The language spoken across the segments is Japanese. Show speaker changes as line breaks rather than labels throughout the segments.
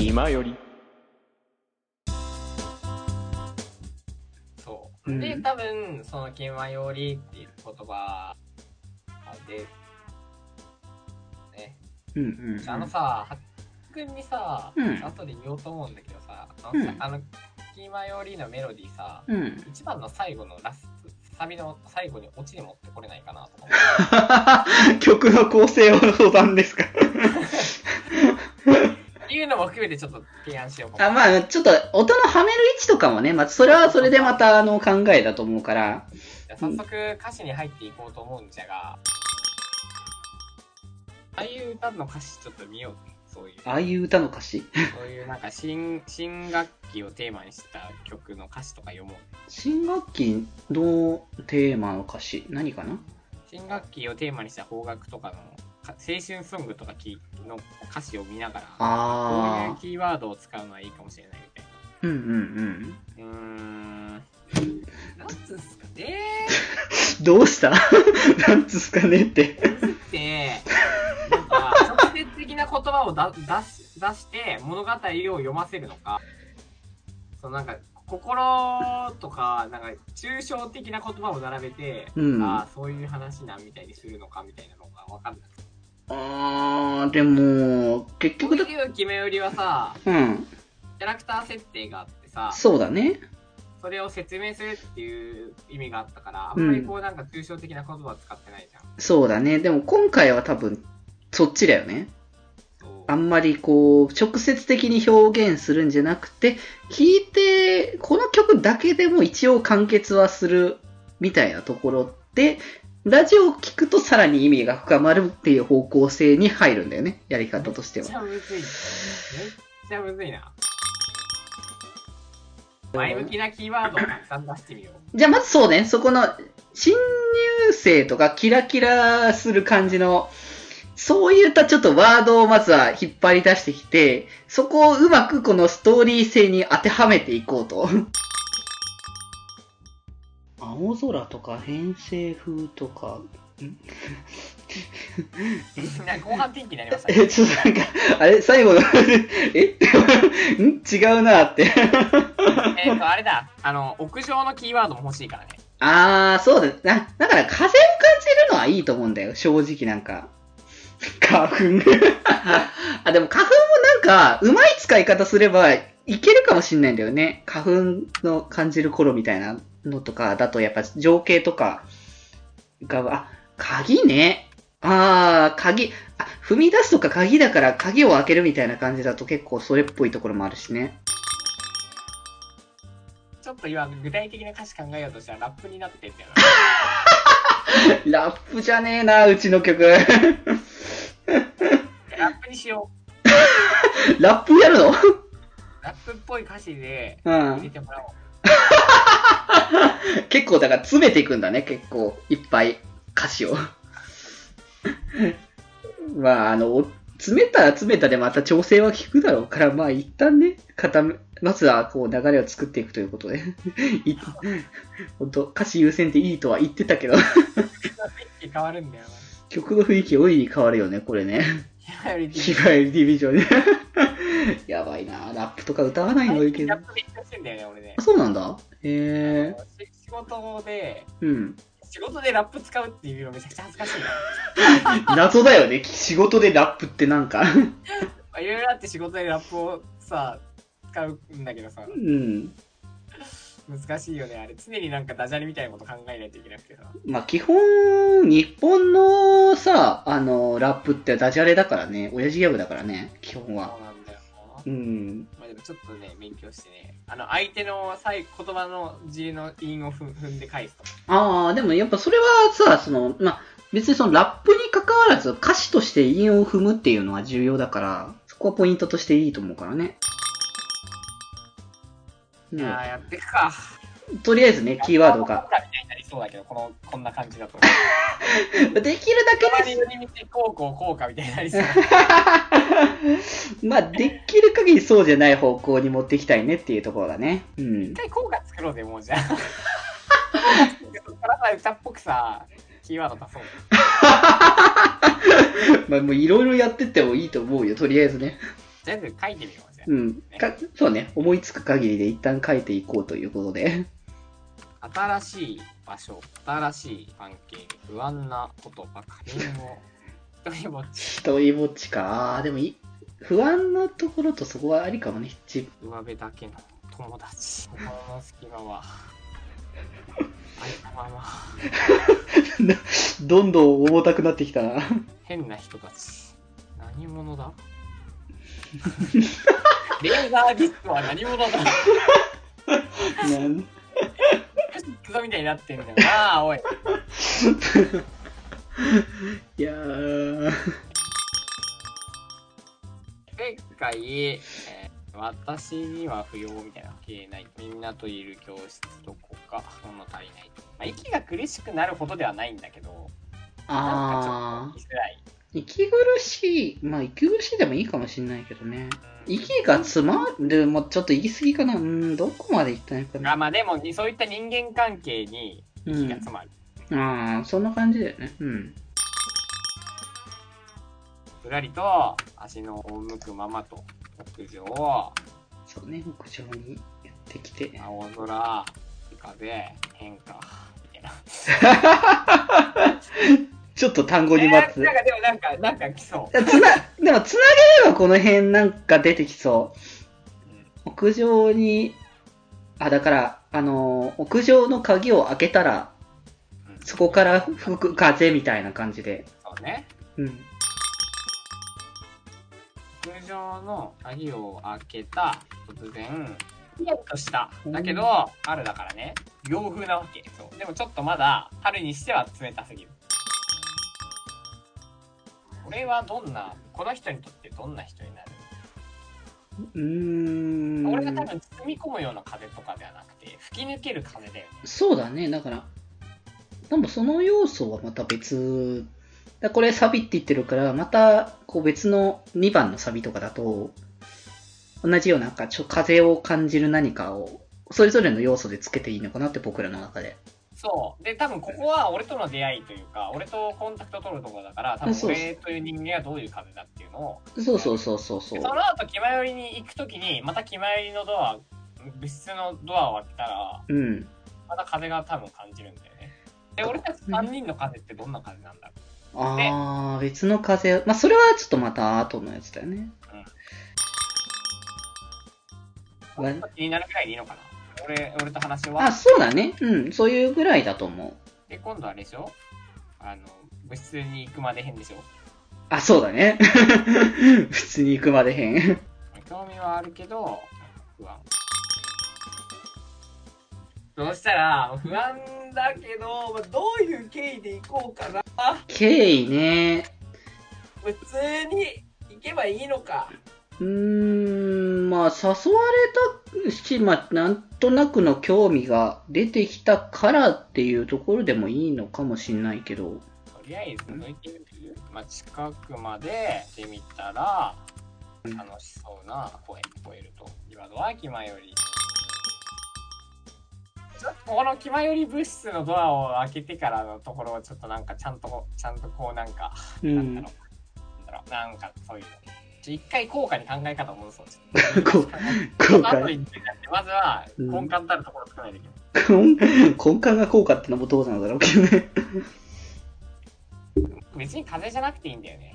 今より。
そうう。
ん
で、多分、その、金和よりっていう言葉で、ね。
うんうんうん。
あのさ、はっくんにさ、
うん
後で言おうと思うんだけどさ、あ
う
の、
ん
あの金和よりのメロディーさ、
うん。
一番の最後のラスト、サビの最後にオチに持ってこれないかなと思って。
曲の構成を相談ですか
っていうのも含めてちょっと提案しようか
あ、
も。
まあ、ちょっと、音のはめる位置とかもね、まあ、それはそれでまた、あの、考えだと思うから。
じゃあ早速歌詞に入っていこうと思うんじゃが、ああいう歌の歌詞ちょっと見ようね。そういう、
ああいう歌の歌詞
そういうなんか新、新学期をテーマにした曲の歌詞とか読もう。
新学期のテーマの歌詞、何かな
新学期をテーマにした邦楽とかのか青春ソングとかきの歌詞を見ながら、こういう
ああ。
キーワードを使うのはいいかもしれないみたいな。
うんうんうん。
うーん。なんつうんすかね
どうした なんつうっすかねって。
って、なんか、直接的な言葉をだ出し出して、物語を読ませるのか、そのなんか、心とか、なんか、抽象的な言葉を並べて、
うん
ああ、そういう話なんみたいにするのかみたいなのが分かんない。
あー、でも、結
こ
局
う
だ、
いう決め売りはさ、
うん。
キャラクター設定があってさ、
そうだね。
それを説明するっていう意味があったから、あんまりこうなんか抽象的な言葉は使ってないじゃん。
そうだね。でも今回は多分、そっちだよね。
そう
あんまりこう、直接的に表現するんじゃなくて、聞いて、この曲だけでも一応完結はするみたいなところで、ラジオを聞くとさらに意味が深まるっていう方向性に入るんだよね。やり方として
めっち
は。
ゃむずい。めっちゃむずいな。前向きなキーワードをたくさん出して みよう。
じゃあまずそうね、そこの、新入生とかキラキラする感じの、そういったちょっとワードをまずは引っ張り出してきて、そこをうまくこのストーリー性に当てはめていこうと。 青空とか編成風とか、
なんか後半天気になりましたね。
え、ちょっとなんか、あれ最後のえ、 えん違うなって。
えっと、あれだ。あの、屋上のキーワードも欲しいからね。
あー、そうだ。な、だから風を感じるのはいいと思うんだよ。正直なんか。 花粉。 あ、でも花粉もなんか、うまい使い方すればいけるかもしんないんだよね。花粉の感じる頃みたいなのとかだと、やっぱ情景とかが、あ、鍵ね。あー、鍵。あ、踏み出すとか鍵だから鍵を開けるみたいな感じだと結構それっぽいところもあるしね。
ちょっと今、具体的な歌詞考えようとしたらラップになってんだよな。
ラップじゃねえな、うちの曲。
ラップにしよ
ラップやるの
う。ラップっぽい歌詞で
うん
入れ。てもらおう。
結構だから詰めていくんだね、結構。いっぱい歌詞を。 まあ、あの、お詰めたら詰めたでまた調整は効くだろうから、まあ一旦ね、固め、まずはこう流れを作っていくということで。 い本当歌詞優先っていいとは言ってたけど、
天気変わるんだよ
曲の雰囲気大いに変わるよね、これね。
な。より
日帰りディビジョンね。 やばいなラップとか歌わないのがいいけど
ラ。ップ勉強してんだよね、俺ね
あ。そうなんだ。へえ。
仕事で、
うん。
仕事でラップ使うっていうのめちゃくちゃ恥ずかしいな。
謎だよね。仕事でラップってなんか。
まあいろいろあって仕事でラップをさ使うんだけどさ
うん。
難しいよねあれ常になんかダジャレみたいなこと考えないといけなくてさ
まあ基本、日本のさ、あの、ラップってダジャレだからね、親父ギャグだからね、基本は
そ。うなんだよな
うん。
まあでもちょっとね勉強してねあの相手の最言葉の字の韻を踏ん踏んで返すとか
ああ、でもやっぱそれはさ、その、まあ別にそのラップに関わらず歌詞として韻を踏むっていうのは重要だから、そこはポイントとしていいと思うからね。う
い
ん
やーやってくか
とりあえずね、キーワードが。
ラップみたいになりそうだけどこのこんな感じだと
できるだ
た
け
ま
ね
に寄り道こうこうこうかみたいになりそう
まあできる限りそうじゃない方向に持っていきたいねっていうところだね。うん
一。回こうか作ろうぜもうじゃあ そっからさ歌っぽくさキーワード出そう
まあもういろいろやってってもいいと思うよ、とりあえずね。
とりあえず書いてみようじゃあ
うん。かそうね、思いつく限りで一旦書いていこうということで。
新しい場所、新しい関係、不安なことばかりも、一人ぼっち、
一人ぼっちか。あーでもい、不安なところとそこはありかもね。じ
上辺だけの友達、心の隙間は、あいたまま、
どんどん重たくなってきたな。
変な人たち、何者だレーザーディスクは何者だ
なん
クソみたいになってんだよな あ、おい。
いやー。
前回、えー私には不要みたいな関係ないみんなといる教室どこか物足りない、まあ、息が苦しくなるほどではないんだけどなん
あ
かちょっと居づらい
ー。息苦しい。まあ、息苦しいでもいいかもしんないけどね。息が詰まる。もうちょっと行き過ぎかな。うん、どこまで行ったのか
うんあ
な。
まあでもそういった人間関係に
う
息が
ん。
詰まる、
あー、そんな感じだよね。うん。
ふらりと足の赴くままと屋上
そうね、屋上にやってきて。
青空風変化みたいな
ちょっと単語に待つ
えー。 なんかでもなんかなんか来そう、
つな、でもつなげればこの辺なんか出てきそう。
うん
屋上に、あ、だから、あのー屋上の鍵を開けたら、
うん
そこから吹く風みたいな感じで。
そうね
うん。
屋上の鍵を開けた突然ヒヤッとしただけど、
う
春だからね洋風なわけそうでもちょっとまだ春にしては冷たすぎるこれはどんなこの人にとってどんな人になる、
うー
俺が多
ん。
分包み込むような風とかではなくて吹き抜ける風だよね
そうだね、だから。でもその要素はまた別。だこれサビって言ってるから、またこう別の2番のサビとかだと、同じようななんかちょ風を感じる何かを、それぞれの要素でつけていいのかなって僕らの中で。
そうで多分ここは俺との出会いというか俺とコンタクト取るところだから多分
そうそう
俺という人間がどういう風だっていうのを
そうそうそうそうそう
そ。の後気前寄りに行くときにまた気前寄りのドア物質のドアを開けたら
うん。
また風が多分感じるんだよねで俺たち3人の風ってどんな風なんだろ
ああ、別の風を。まあ、それはちょっとまた後のやつだよね。
う、
うん
ちょっと気になるくらいでいいのかな俺俺と話は
あ、そうだね。うん、そういうぐらいだと思う。
で今度はあれでしょあの物質に行くまで変でしょ
あ、そうだね。 普通に行くまでへん。
興味はあるけど不安そうしたら不安だけどまあどういう経緯で行こうかな
経緯ね。
普通に行けばいいのか
うーん、まあ、誘われたし、まあ、なんとなくの興味が出てきたからっていうところでもいいのかもしんないけど。
とりあえず抜いてみる、まあ、近くまで行ってみたら
うん
楽しそうな声に聞こえると今のは気前よりちょっとこの気前より物質のドアを開けてからのところをちょっとなんかちゃんとちゃんとこうなんか、
う
なんだ
ん
ろ。うなんだろうなんかそういうのちょ一回効果に考え方を戻そうちょっと
こう
そ
後
の後
悔。
に行くんじゃなくてまずは
うん
根幹たるところを作らないといけない、
根根幹が効果ってのもどうなんだろうけどね。
別に風邪じゃなくていいんだよね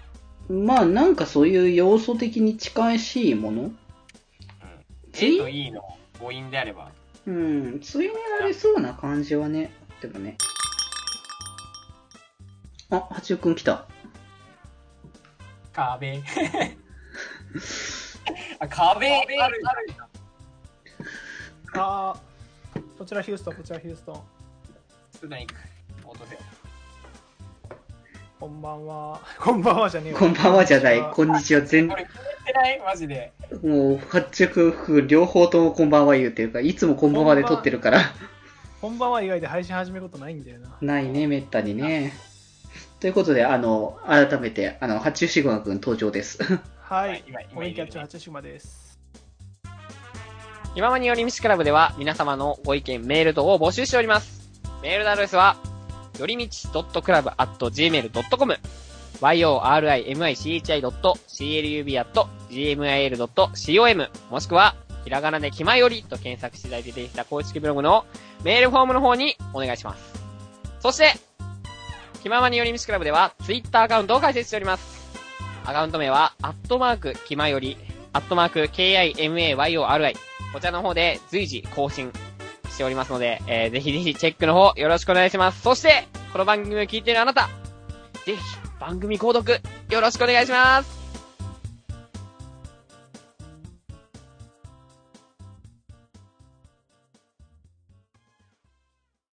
まあなんかそういう要素的に近いしいものつ
えと
い
いいの母音であれば
うん、ついになりそうな感じはね、でもね。あ、八尾くん来た。
壁。あ壁あるある
あーこちらヒューストン、こちらヒューストン。
普段行く。落とせよ。
こんばんは。 こんばんはじゃねえよ
こんばんはじゃない、こんにちは、全、
これ決めてないマジで。
もう、八尾くん含む両方ともこんばんは言うてるから、いつもこんばんはで撮ってるから、
こんばんは以外で配信始めることないんだよな。
ないね、めったにね。ということで、あの、改めて、あの、八尾シグマくん登場です。
は
はい
い。
今今
お元気
言う
あっ
よ
ち
ね
は八島です。
今まによりみしクラブでは皆様のご意見、メール等を募集しております。メールのアドレスは、よりみち .club.gmail.com yorimichi.club.gmail.com もしくは、ひらがなで気まよりと検索していただいて出てきた公式ブログのメールフォームの方にお願いします。そして、気ままに寄り道クラブでは、ツイッターアカウントを開設しております。アカウント名は、アットマーク、気まより、アットマーク、KIMAYORI。こちらの方で随時更新しておりますので、えーぜひぜひチェックの方よろしくお願いします。そして、この番組を聞いているあなた、ぜひ番組購読よろしくお願いします。